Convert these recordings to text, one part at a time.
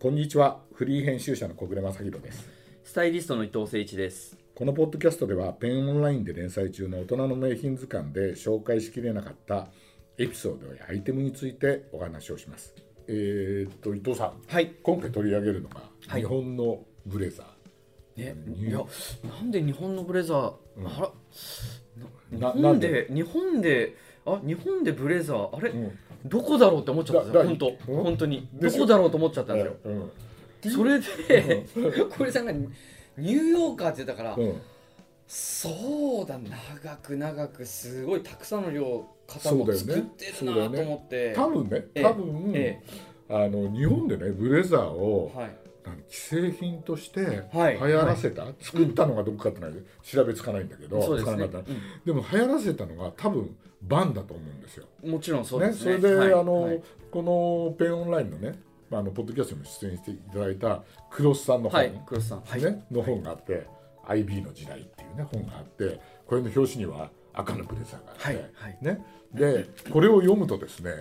こんにちはフリー編集者の小暮正弘ですスタイリストの伊藤誠一です。このポッドキャストではペンオンラインで連載中の大人の名品図鑑で紹介しきれなかったエピソードやアイテムについてお話をしますえーっと伊藤さんはい。今回取り上げるのがはい日本のブレザー、ね、ニューいや、なんで日本のブレザー、うんあら、日な本で、日本で、あ、日本でブレザー、あれ、うんどこだろうって思っちゃったんだですよ。本だ当、本当に、でどしょこだろうと思っちゃったんですよ。うんそれで、小れさんがニューヨーカーって言ったから、うんそうだ、長く長く、すごいたくさんの量、型そうだよもね作ってるそうなだよねと思って。多分ねええ多分、えあの日本でねブレザーをはい。なんか既製品として流はい行らせた、作ったのがどこかってない調べつかないんだけど、そうでつかすなかねった。でも流行らせたのが多分バンだと思うんですよ。うんもちろんそうね、ですそね。れで、はいあの、はいこのペンオンラインのね、まあ、あのポッドキャストにも出演していただいたクロスさんの本、はい、黒須さん。はい。ね、の本があって、IB の時代っていうね本があって、これの表紙には赤のプレザーがあって、はいはいね、でこれを読むとですね、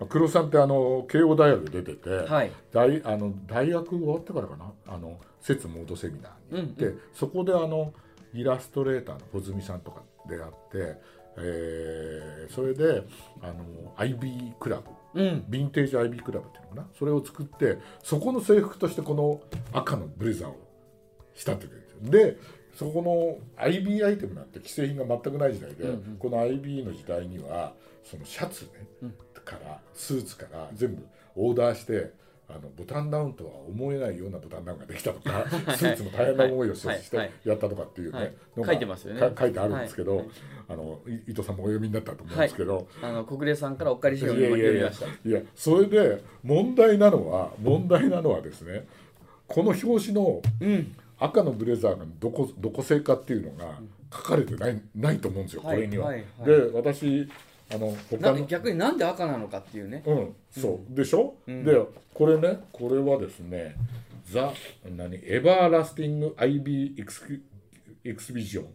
まあクロスさんってあの慶応大学出てて、はい。大あの大学終わってからかなあの節モードセミナーに行って、そこであのイラストレーターの穂積さんとか出会って、えーそれであの IB クラブうん。ヴィンテージ IB クラブっていうのかなそれを作ってそこの制服としてこの赤のブレザーをしたってくるんですよでそこの IB アイテムなんて既製品が全くない時代で、うんうんこの IB の時代にはそのシャツね、うんからスーツから全部オーダーしてあのボタンダウンとは思えないようなボタンダウンができたと かスーツも大変な思いをしはいてしてはいやったとかっていうね、はいのが書いてますよねか書いてあるんですけど、はいあのい伊藤さんもお読みになったと思うんですけど、あの小暮さんからお借りいしやよういやいやい読みやました。いやそれで問題なのは問題なのはですねこの表紙のうん。赤のブレザーがどこどこ製かっていうのが書かれてないないと思うんですよこはいれには。はいはいで私あの他なの逆になんで赤なのかっていうね。うんそうでしょ、うんでこれねこれはですね「ザ何エバーラスティング IB エクスエクスビジョン」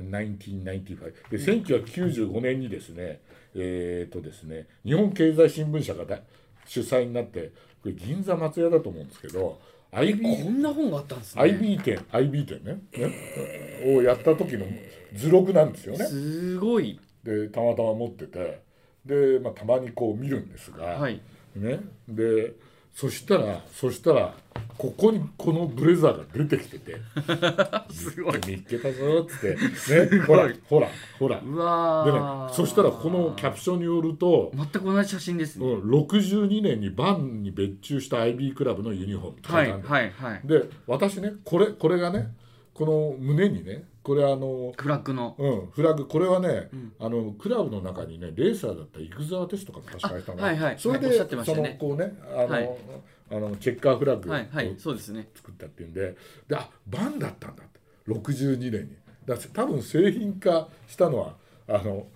1995で1995年にですね、えっ、とですね日本経済新聞社がだ主催になってこれ銀座松屋だと思うんですけどこ IB, んな本があったんですね。 IB 店 IB 店ねね、をやった時の図録なんですよね。すごい。でたまたま持っててで、まあ、たまにこう見るんですが、はい。ね、でそしたらそしたらここにこのブレザーが出てきて て「すごい見っけたぞ」っつって、ね、ほらほらほらうわでねーそしたらこのキャプションによると、全く同じ写真ですうね。ん、62年にバンに別注した IB クラブのユニフォームって書はいいてあるはいんだよはい。で私ねこれこれがねこの胸にねこれあのフラッグの。うん、フラッグこれはね、うんあのクラブの中にねレーサーだったイグザーテストかも確かにたのあはいはいそれで、はいおっしゃってましそたのねこうねあの、はいあのチェッカーフラッグをはいはい。そうですね。作ったっていうんで,、であバンだったんだって62年にだって多分製品化したのはあの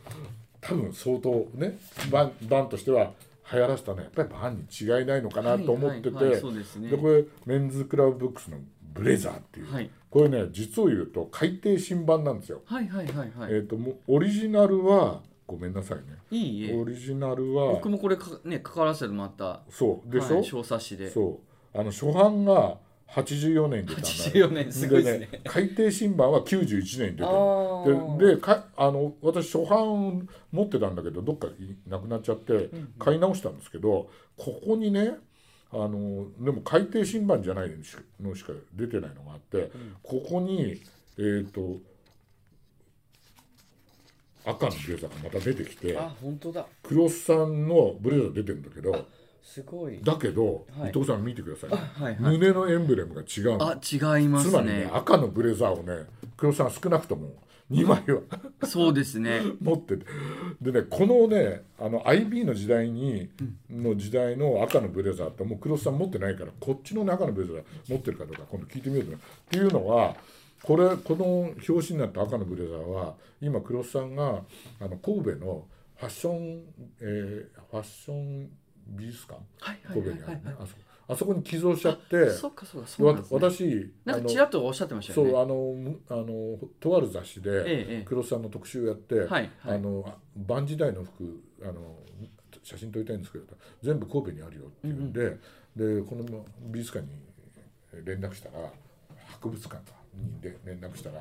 多分相当ねバンバンとしては流行らせたのはやっぱりバンに違いないのかなと思ってて、はいはいはいそうですねで。これメンズクラブブックスのブレザーっていう、はいこれね実を言うと改訂新版なんですよ。はいはいはいはえー、ともうオリジナルはごめんなさいねい。いいえオ。リジナルは僕もこれかね関わらせてもらった。そうでしょ、はい小冊子で。そうあの初版が84年に出たんだよ84年すごいですねで改訂新版は91年に出あたのーででかあの私初版持ってたんだけどどっかいなくなっちゃって買い直したんですけど、ここにねあのでも改訂新版じゃないのしのしか出てないのがあって、ここにえっ、と赤のブレザーがまた出てきてあ本当だ。クロスさんのブレザー出てるんだけどすごい。だけど、はい伊藤さん見てください、はいはい。胸のエンブレムが違うのあ違いまつすまりねね。赤のブレザーをね黒さん少なくとも2枚はそうですね。持っててでねこのねあの IB の時代に、の時代の赤のブレザーってもう黒さん持ってないからこっちのね赤のブレザー持ってるかどうか今度聞いてみようと思うっていうのはこれこの表紙になった赤のブレザーは今黒さんがあの神戸のファッション、えーファッション美術館はいは神い戸はいにあはるいね。あそこあそこに寄贈しちゃってそうかそうかそうわなんですね。私なんあかのちらっとおっしゃってましたそよね。うあのむあのとある雑誌でええええ黒さんの特集をやって、はいはいあの晩時代の服あの写真撮りたいんですけど全部神戸にあるよって言うんで、でこの美術館に連絡したら博物館にで連絡したらあ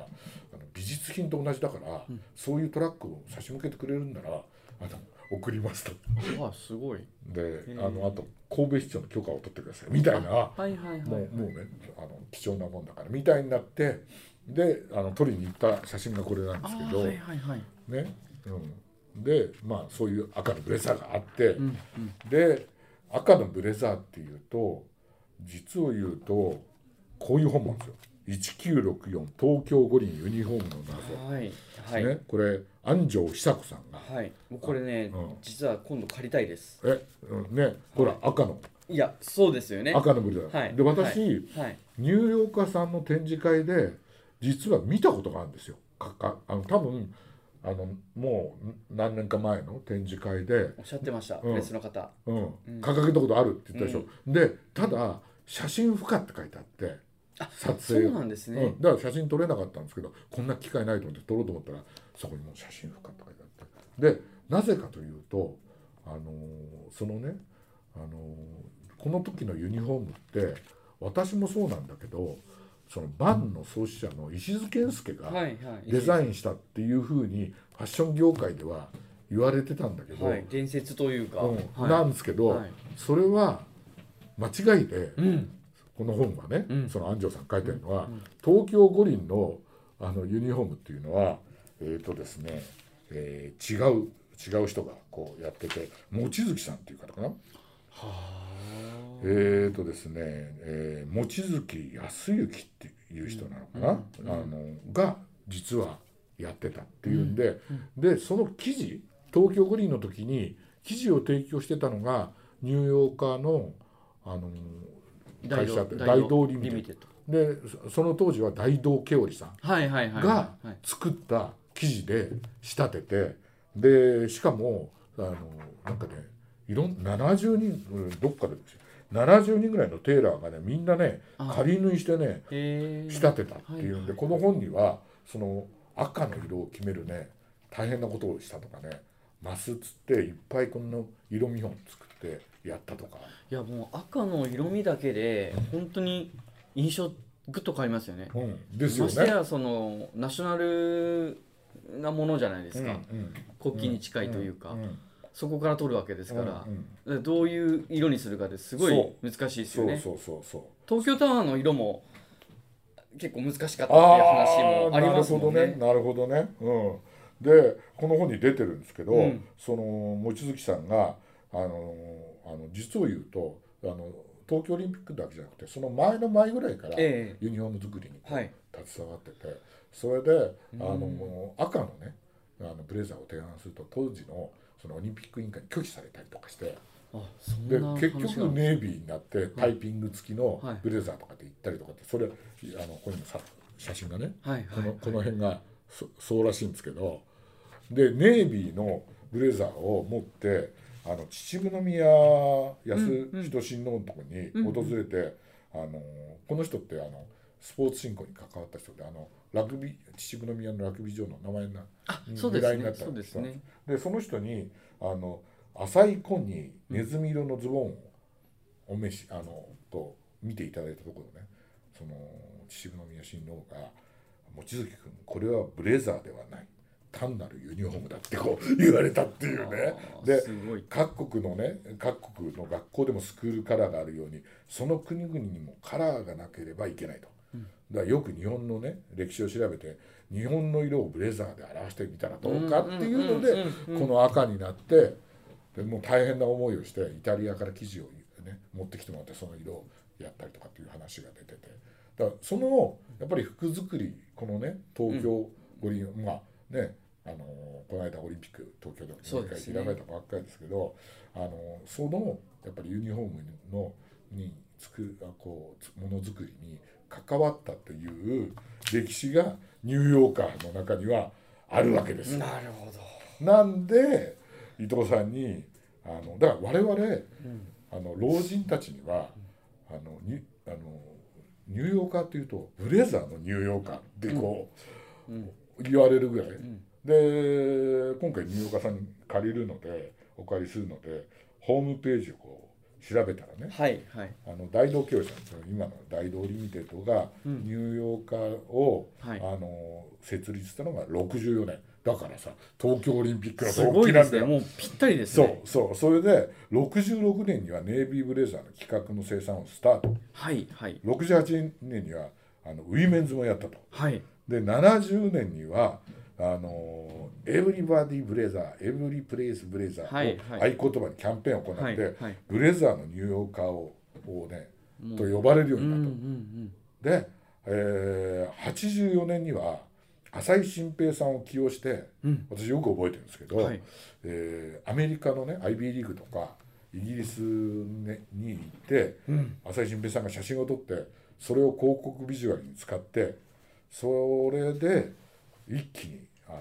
の美術品と同じだから、そういうトラックを差し向けてくれるんならあの送りますと。あすごいでへえあのあと神戸市長の許可を取ってくださいみたいな。はいはいもうもうねあの貴重なもんだからみたいになってであの撮りに行った写真がこれなんですけど、はいはいはいね、うん、でまあそういう赤のブレザーがあって、うんで赤のブレザーっていうと実を言うとこういう本もあるんですよ1964東京五輪ユニフォームの謎、はいはい、ね、これ安城久子さんがはいもうこれね、うん実は今度借りたいですえ、うん、ねほら赤のいやそうですよね赤のブレザー、はいで私、はいニューヨーカーさんの展示会で実は見たことがあるんですよ。かかあの多分あのもう何年か前の展示会で、おっしゃってました、うん別の方うんうん掲げたことあるって言ったでしょ。でただ写真不可って書いてあってあ撮そ影うなんですね、うん、だから写真撮れなかったんですけどこんな機会ないと思って撮ろうと思ったらそこにもう写真不可って書いてあってでなぜかというと、あのーそのね、あのーこの時のユニフォームって私もそうなんだけどそのバンの創始者の石津健介はいがはいデザイインしたっていうふうにファッション業界では言われてたんだけど、はい伝説というか、うんはいなんですけど、はいそれは間違いで。うんこの本がね、うんその安城さんが書いてるのは、うんうん東京五輪のあのユニフォームっていうのはえっ、とですね、えー違う違う人がこうやってて望月さんっていう方かな、はあえっ、とですね、えー、望月康之っていう人なのかな、あのが実はやってたっていうんで、でその記事東京五輪の時に記事を提供してたのがニューヨーカーのあの会社って大同リミテッドドでそその当時は大道慶織さんはいはいはいがはい作った記事で仕立ててでしかもあのなんかねいろん70人うんどっかで70人ぐらいのテーラーがねみんなねあ仮縫いしてねへえ仕立てたっていうんで、はいこの本にはその赤の色を決めるね大変なことをしたとかねマスつっていっぱいこの色見本作ってやったとかいやもう赤の色味だけで本当に印象グッと変わりますよねうんですよましてね。やそのナショナルなものじゃないですか、うんうん国旗に近いというか、んんそこから取るわけですからうん、うんだからどういう色にするかですごいそ難しいですそようねそうそうそう。東京タワーの色も結構難しかったっていうあ話もありますもんねなるほどね。なるほどね。うん。で、この本に出てるんですけど、うんその望月さんがあのあの実を言うとあの東京オリンピックだけじゃなくてその前の前ぐらいからユえニフォーム作りにこうはい携わってて、それであの、うん赤のねあのブレザーを提案すると当時のそのオリンピック委員会に拒否されたりとかして。えあそんでな話結が局ネイビーになってタイピング付きのはいブレザーとかで行ったりとかってそれあのここにもさ写真がねはいこはいのこの辺がそそうらしいんですけどでネイビーのブレザーを持ってあの秩父宮うんうん安人親王のとこに訪れて、あのこの人ってあのスポーツ振興に関わった人であのラグビー秩父宮のラグビー場の名前なあにそうで由す来になねったそうですねでその人にあの浅い紺にネズミ色のズボンをお召しあのと見ていただいたところねその秩父宮親王が「望月君これはブレザーではない単なるユニフォームだ」ってこう言われたっていうねあ。ーですごい各国のね各国の学校でもスクールカラーがあるようにその国々にもカラーがなければいけないと、だからよく日本のね歴史を調べて日本の色をブレザーで表してみたらどうかっていうのうんうんでうんうんこの赤になってでもう大変な思いをしてイタリアから生地を、ね、持ってきてもらってその色をやったりとかっていう話が出ててだからそのやっぱり服作りこのね東京五輪、まあねあのこの間オリンピック東京でもそう開でかすれねたばっかりですけどあのそのやっぱりユニフォームのにつくあこうつものづくりに関わったという歴史がニューヨーカーの中にはあるわけですよ。なるほどなんで伊藤さんにあのだから我々、あの老人たちにはあのにあのニューヨーカーっていうとブレザーのニューヨーカーってこう、言われるぐらい、で今回ニューヨーカーさんに借りるのでお借りするのでホームページをこう調べたらねはいはいあの大道教社その今の大道リミテッドがうんニューヨーカーを、はいあの設立したのが64年だからさ東京オリンピックのす時ごいなでんすだねよ。もうぴったりですそねうそうそれで66年にはネイビーブレザーの企画の生産をスタートはいはい68年にはあのウィメンズもやったとはいで70年にはあのエブリバディブレザーエブリプレイスブレザはいーを合はい言葉にキャンペーンを行って、はいはいブレザーのニューヨーカーををねもうと呼ばれるよううんにうんうなった、んで、えー、84年には浅井新平さんを起用して、うん私よく覚えてるんですけど、はいえーアメリカのね IB リーグとかイギリスねに行って、浅井新平さんが写真を撮ってそれを広告ビジュアルに使ってそれで一気にあの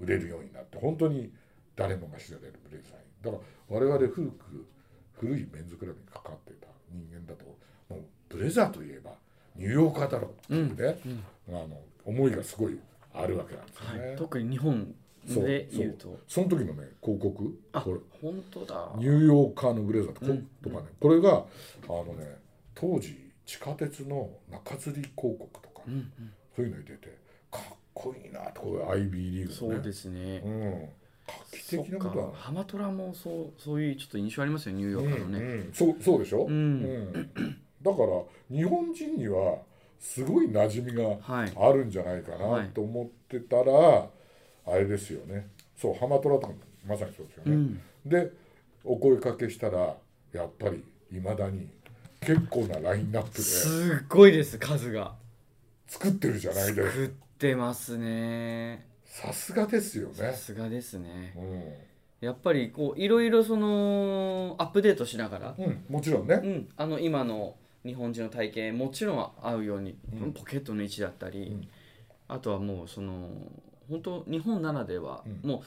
売れるようになって本当に誰もが知られるブレイザーにだから我々古く古いメンズクラブに関わっていた人間だともうブレザーといえばニューヨーカーだろうっていうね、あの思いがすごいあるわけなんですよね。はい特に日本そうで言うそとうその時のね広告あこれ本当だニューヨーカーのブレザーと,、うんとかねこれがあのね当時地下鉄の中吊り広告とか、うんそういうのに出てかっこいいなとこれ IB リーうんグそのねうですねうん、画期的なことはそっかハマトラもそうそういうちょっと印象ありますよねニューヨうーんカーのね、うん、そうそうでしょ、ううんんだから日本人にはすごい馴染みがはいあるんじゃないかはないと思ってたら、あれですよねそうハマトラとかもまさにそうですようね、ん、でお声かけしたらやっぱりいまだに結構なラインナップですごいです数が作ってるじゃないですか作ってますねさすがですよさね、すがですねうやっぱりこういろいろそのアップデートしながら、んうん、もちろんねう、ん、あの今の日本人の体型もちろん合うように、うんポケットの位置だったり、うんあとはもうその本当日本ならでは、うんも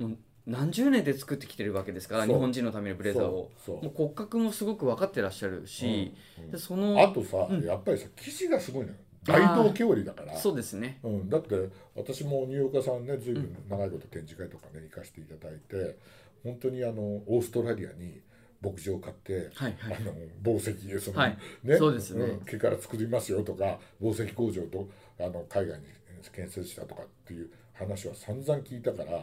うもう何十年で作ってきてるわけですからそう日本人のためのブレザーをそうそうもう骨格もすごく分かってらっしゃるし、うんうんでそのあとさ、うんやっぱりさ生地がすごいのよあ大ー道距離だからそうですねうん、だって私もニューヨーカーさんね随分長いこと展示会とかね行かせていただいて本当にあのオーストラリアに牧場を買って、はいはいあの紡績でその、はいねそうですねん毛から作りますよとか紡績工場とあの海外に建設したとかっていう話は散々聞いたからや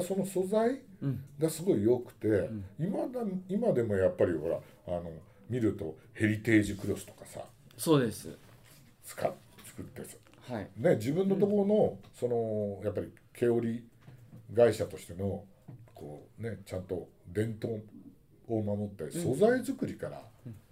っぱその素材うんがすごい良くて、今だ今でもやっぱりほらあの見るとヘリテージクロスとかさそうです使っ作ってさはいね、自分のところの、そのやっぱり毛織会社としてのこう、ね、ちゃんと伝統を守って素材作りから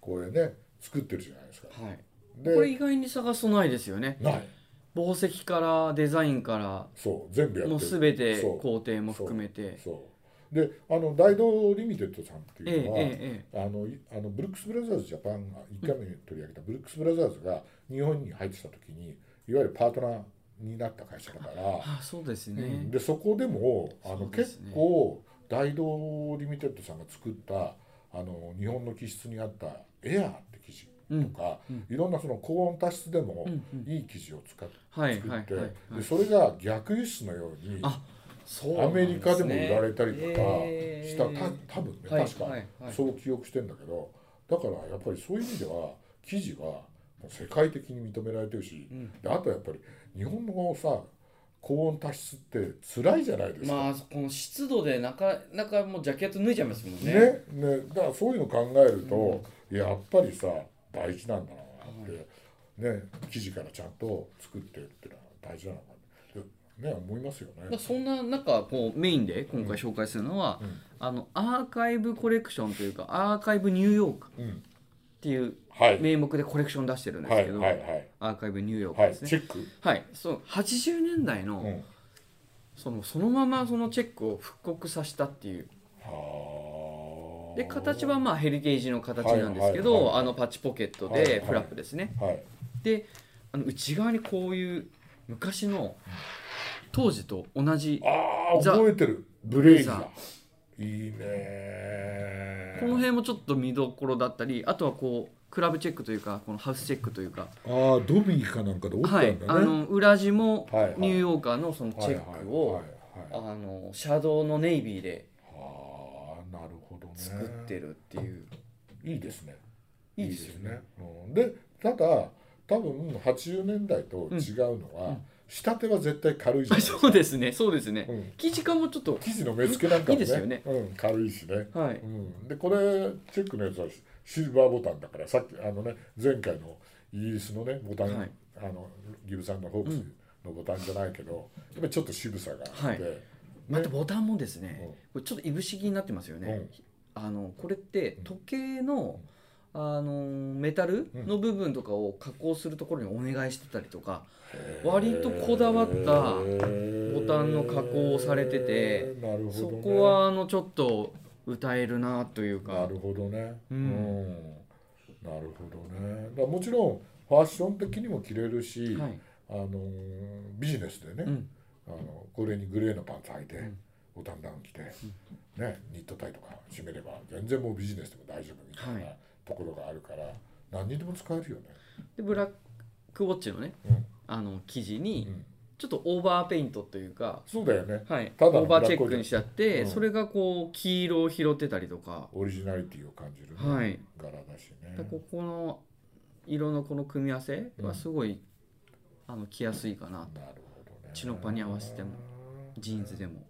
これね作ってるじゃないですか。はいでこれ意外に探すとないですよねない宝石からデザインかそう全部やらってるもう全てそう工程も含めてそうであの大道リミテッドさんってええいうのは、ええええあのいあのブルックス・ブラザーズジャパンが1回目に取り上げたブルックス・ブラザーズが日本に入ってきた時にいわゆるパートナーになった会社だから。あそうですうねん、でそこでもあそのうです結ね構大道リミテッドさんが作ったあの日本の気質に合ったエアーって生地とか、いろんなその高温多湿でもうんうんいい生地を使って、はいはい作はっいて、はいでそれが逆輸出のようにあそうなアんですねメリカでも売られたりとかえした、ーた多分ね、はい確か、はいはいそう記憶してんだけどだからやっぱりそういう意味では記事はもう世界的に認められてるし、んであとやっぱり日本のさ高温多湿って辛いじゃないですか。まあこの湿度でなかなかもうジャケット脱いじゃいますもんねねねだからそういうの考えると、やっぱりさ大事なんだなって、ね生地からちゃんと作ってっていうのは大事なのかなってね思いますよまねあ。そんな中こうメインで今回紹介するのは、うんあのアーカイブコレクションというかアーカイブニューヨークっうん、ていうはい名目でコレクション出してるんですはけいど、はいはいアーカイブニューヨークはい、ですね、チェック、はい、そう80年代の,、うん、そのそのままそのチェックを復刻させたっていうはあで形はまあヘリテージの形なんですけど、はいはいはいあのパッチポケットはいはいでフラップですね、はいであの内側にこういう昔の当時と同じああザ覚えてるブレイブザーいいねこの辺もちょっと見どころだったりあとはこうクラブチェックというかこのハウスチェックというか、ああドビーかなんかで折ったんはだいね、、あの裏地もはいはいニューヨーカーのそのチェックをはいはいはいあのシャドウのネイビーでは作ってるっていう、いいですねいいですよね。うん、でただ多分80年代と違うのは、仕立ては絶対軽いじゃないですか そうですねそうですね、うん生地感もちょっと生地の目付けなんかもねいいですよねうん、軽いしね、はういん、でこれチェックのやつはシルバーボタンだからさっきあのね前回のイギリスのねボタン、はいあのギブさんのホークスのボタンじゃないけど、やっぱりちょっと渋さがあって、はいまたボタンもですねうん、これちょっといぶし銀になってますよね、うんあのこれって時計の、あのメタルの部分とかを加工するところにお願いしてたりとか、割とこだわったボボタンの加工をされててなるほど、ね、そこはあのちょっと歌えるなというなかるほどね、ううんんなるほどねだからもちろんファッション的にも着れるし、はいあのービジネスでね、うんあのこれにグレーのパンツ履いて、んボタンダウン着て、ね、ニットタイとか締めれば全然もうビジネスでも大丈夫みたいなはいところがあるから、何にでも使えるよね。でブラックウォッチのねうんあの生地うにん、ちょっとオーバーペイントというか、そうだよねはい、ただのオーバーチェックにしちゃっブラックウォッて、チうんそれがこう黄色を拾ってたりとか、オリジナリティを感じる、ねはい、柄だしねでここの色のこの組み合わせはすごい、あの着やすいかななるほどねチノパンに合わせてもジーンズでも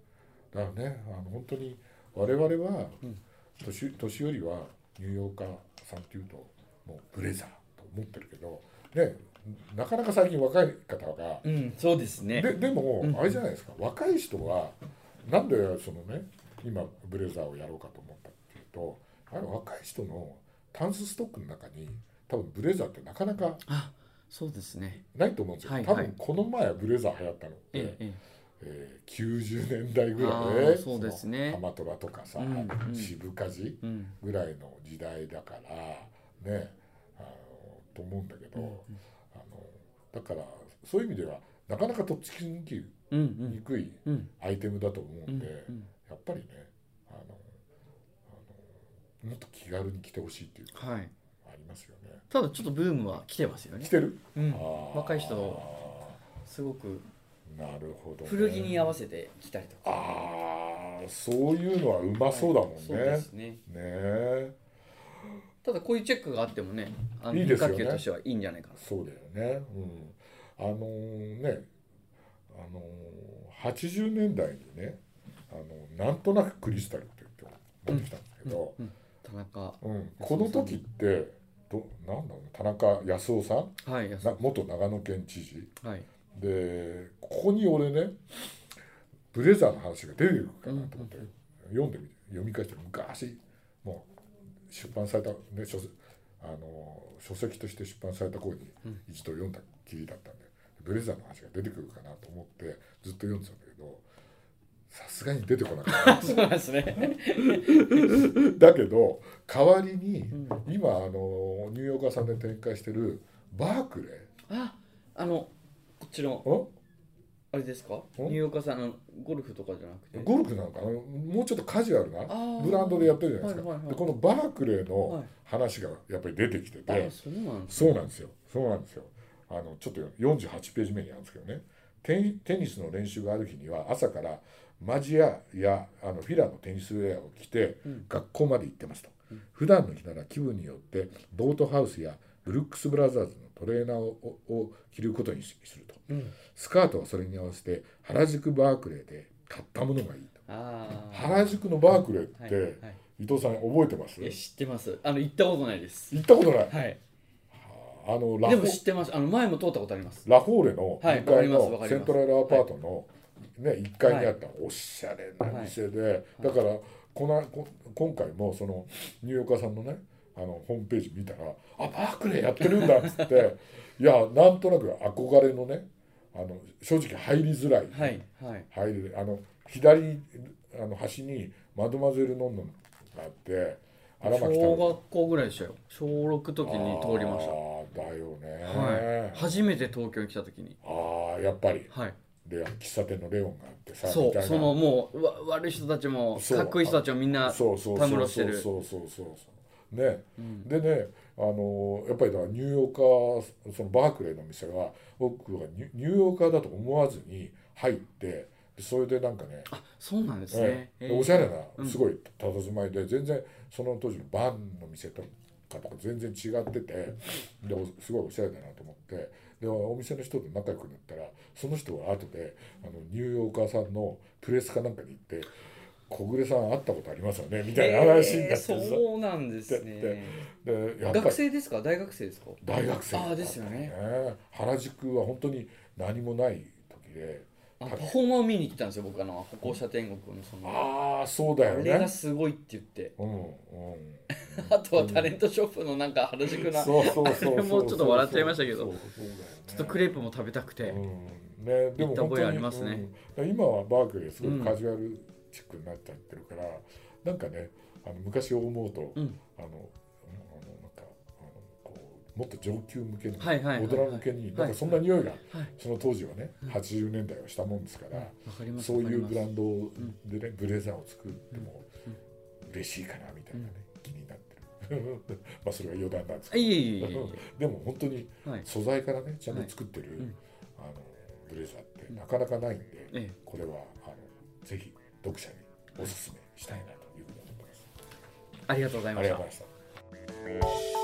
だからねあの本当に我々はうん年年寄りはニューヨーカーさんっていうともうブレザーと思ってるけど、ね、なかなか最近若い方がうんそうですねででもうんあれじゃないですか、若い人はなんでそのね今ブレザーをやろうかと思ったっていうとあの若い人のタンスストックの中に多分ブレザーってなかなかあそうですねないと思うんですよ、はい多はい分この前ブレザー流行ったのって、ええええー90年代ぐあらいーそうですねその浜虎とかさ、うんうん渋かじえうんぐらいの時代だからねあのと思うんだけど、あのだからそういう意味ではなかなかとっつきにくうんいうんうんアイテムだと思ううんんで、うんやっぱりねあのあのもっと気軽に着てほしいっていうのはいがありますよね。ただちょっとブームは来てますよね着てる、うんあー若い人すごくなるほど、ね、古着に合わせて着たりとかああそういうのはうまそうだもんね。そうですねねえただこういうチェックがあってもねあのいいで変すよ化ね球としてはいいんじゃないかなそうだよね。うん、あのねあの80年代にねあのなんとなくクリスタルっていう曲持ってきたんですけど、田中うんこの時ってどなんだろうね田中康夫さんはい安な元長野県知事はいでここに俺ねブレザーの話が出てくるかなと思って、読んでみて読み返して昔もう出版された、ね、書籍あの書籍として出版された頃に一度読んだきりだったんで、ブレザーの話が出てくるかなと思ってずっと読んでたんだけどさすがに出てこなかった。 そうなんですねだけど代わりにん今あのニューヨーカーさんで展開してるバークレ ああのこっちのーんあれですかんニューヨーカーさんのゴルフとかじゃなくてゴルフなのかなもうちょっとカジュアルなーブランドでやってるじゃないですか、はいはいはいでこのバークレーはのい話がやっぱり出てきてて、あそうなんですそうなんですよそうなんですよあのちょっと48ページ目にあるんですけどねテニテニスの練習がある日には朝からマジアやあのフィラのテニスウェアを着てうん学校まで行ってますと、普段の日なら気分によってボートハウスやブルックス・ブラザーズのトレーナーををを着ることにするとうんスカートはそれに合わせて原宿バークレーで買ったものがいいと。ああ原宿のバークレーはっいはて伊藤さん覚えてますいえ知ってますあの行ったことないです行ったことないはいあのラでフもォ知ってますあの前も通ったことありますラフォーレのは2い階わかりますわかのりセますントラルアパートのね1階にあったおしゃれな店でだからこなこ今回もそのニューヨーカーさんのねあのホームページ見たら「あバークレーやってるんだ」っつって いやなんとなく憧れのねあの正直入りづらいはいはい入れるあの左あの端にマドマゼルノンノンがあって荒牧太郎小学校ぐらいでしたよ小6時に通りましあーだよね、たはい初めて東京に来た時にああやっぱりはいで喫茶店のレオンがあってさそみたいなうそのもうわ悪い人たちもそうかっこいい人たちもみんなそうそうたそむろうしてそうるそうそうそうそうね、うんでねあのやっぱりだからニューヨーカーそのバークレーの店は僕はニュニューヨーカーだと思わずに入ってそれでなんかねそうなんですえねええーおしゃれうなんすごい佇まいで、全然その当時のバンの店とかとか全然違っててでおすごいおしゃれだなと思ってでお店の人と仲良くなったらその人が後であのニューヨーカーさんのプレスかなんかに行って「小暮さん会ったことありますよね」みたいな話になってさ、えーそうなんですだっねでやっぱり学生ですか大学生ですか大学生あーですよね原宿は本当に何もない時であのパフォーマーを見に来たんですよ僕あの歩行者天国のそのああそうだあよれがねすごいって言ってうんうん あとはタレントショップのなんか原宿なちょそうそうそうあれもちょっと笑っちゃいましたけどそうそうだよねっとクレープも食べたくてうんね、で行もった本覚え当あにりますねうん今はバークレーすごいカジュアルチックになっちゃってるから、なんかねあの昔を思うと、うんあのあのなんかあのこうもっと上級向けに、はいはいはいは大い人向けに、なんかそんな匂いが、その当時はね、80年代はしたもんですから、わかりますそういうわかブりラまンドでね、ブレザーを作っても嬉しいかなみたいなね、気になってる まあそれは余談なんですすあいけえいえいえどいでも本当にえはい素材からねちゃんと作ってる、んあのブレザーってなかなかないんで、ええこれはあのぜひ読者におすすめしたいなというふうに思ってます。ありがとうございあまりしがとたうございました。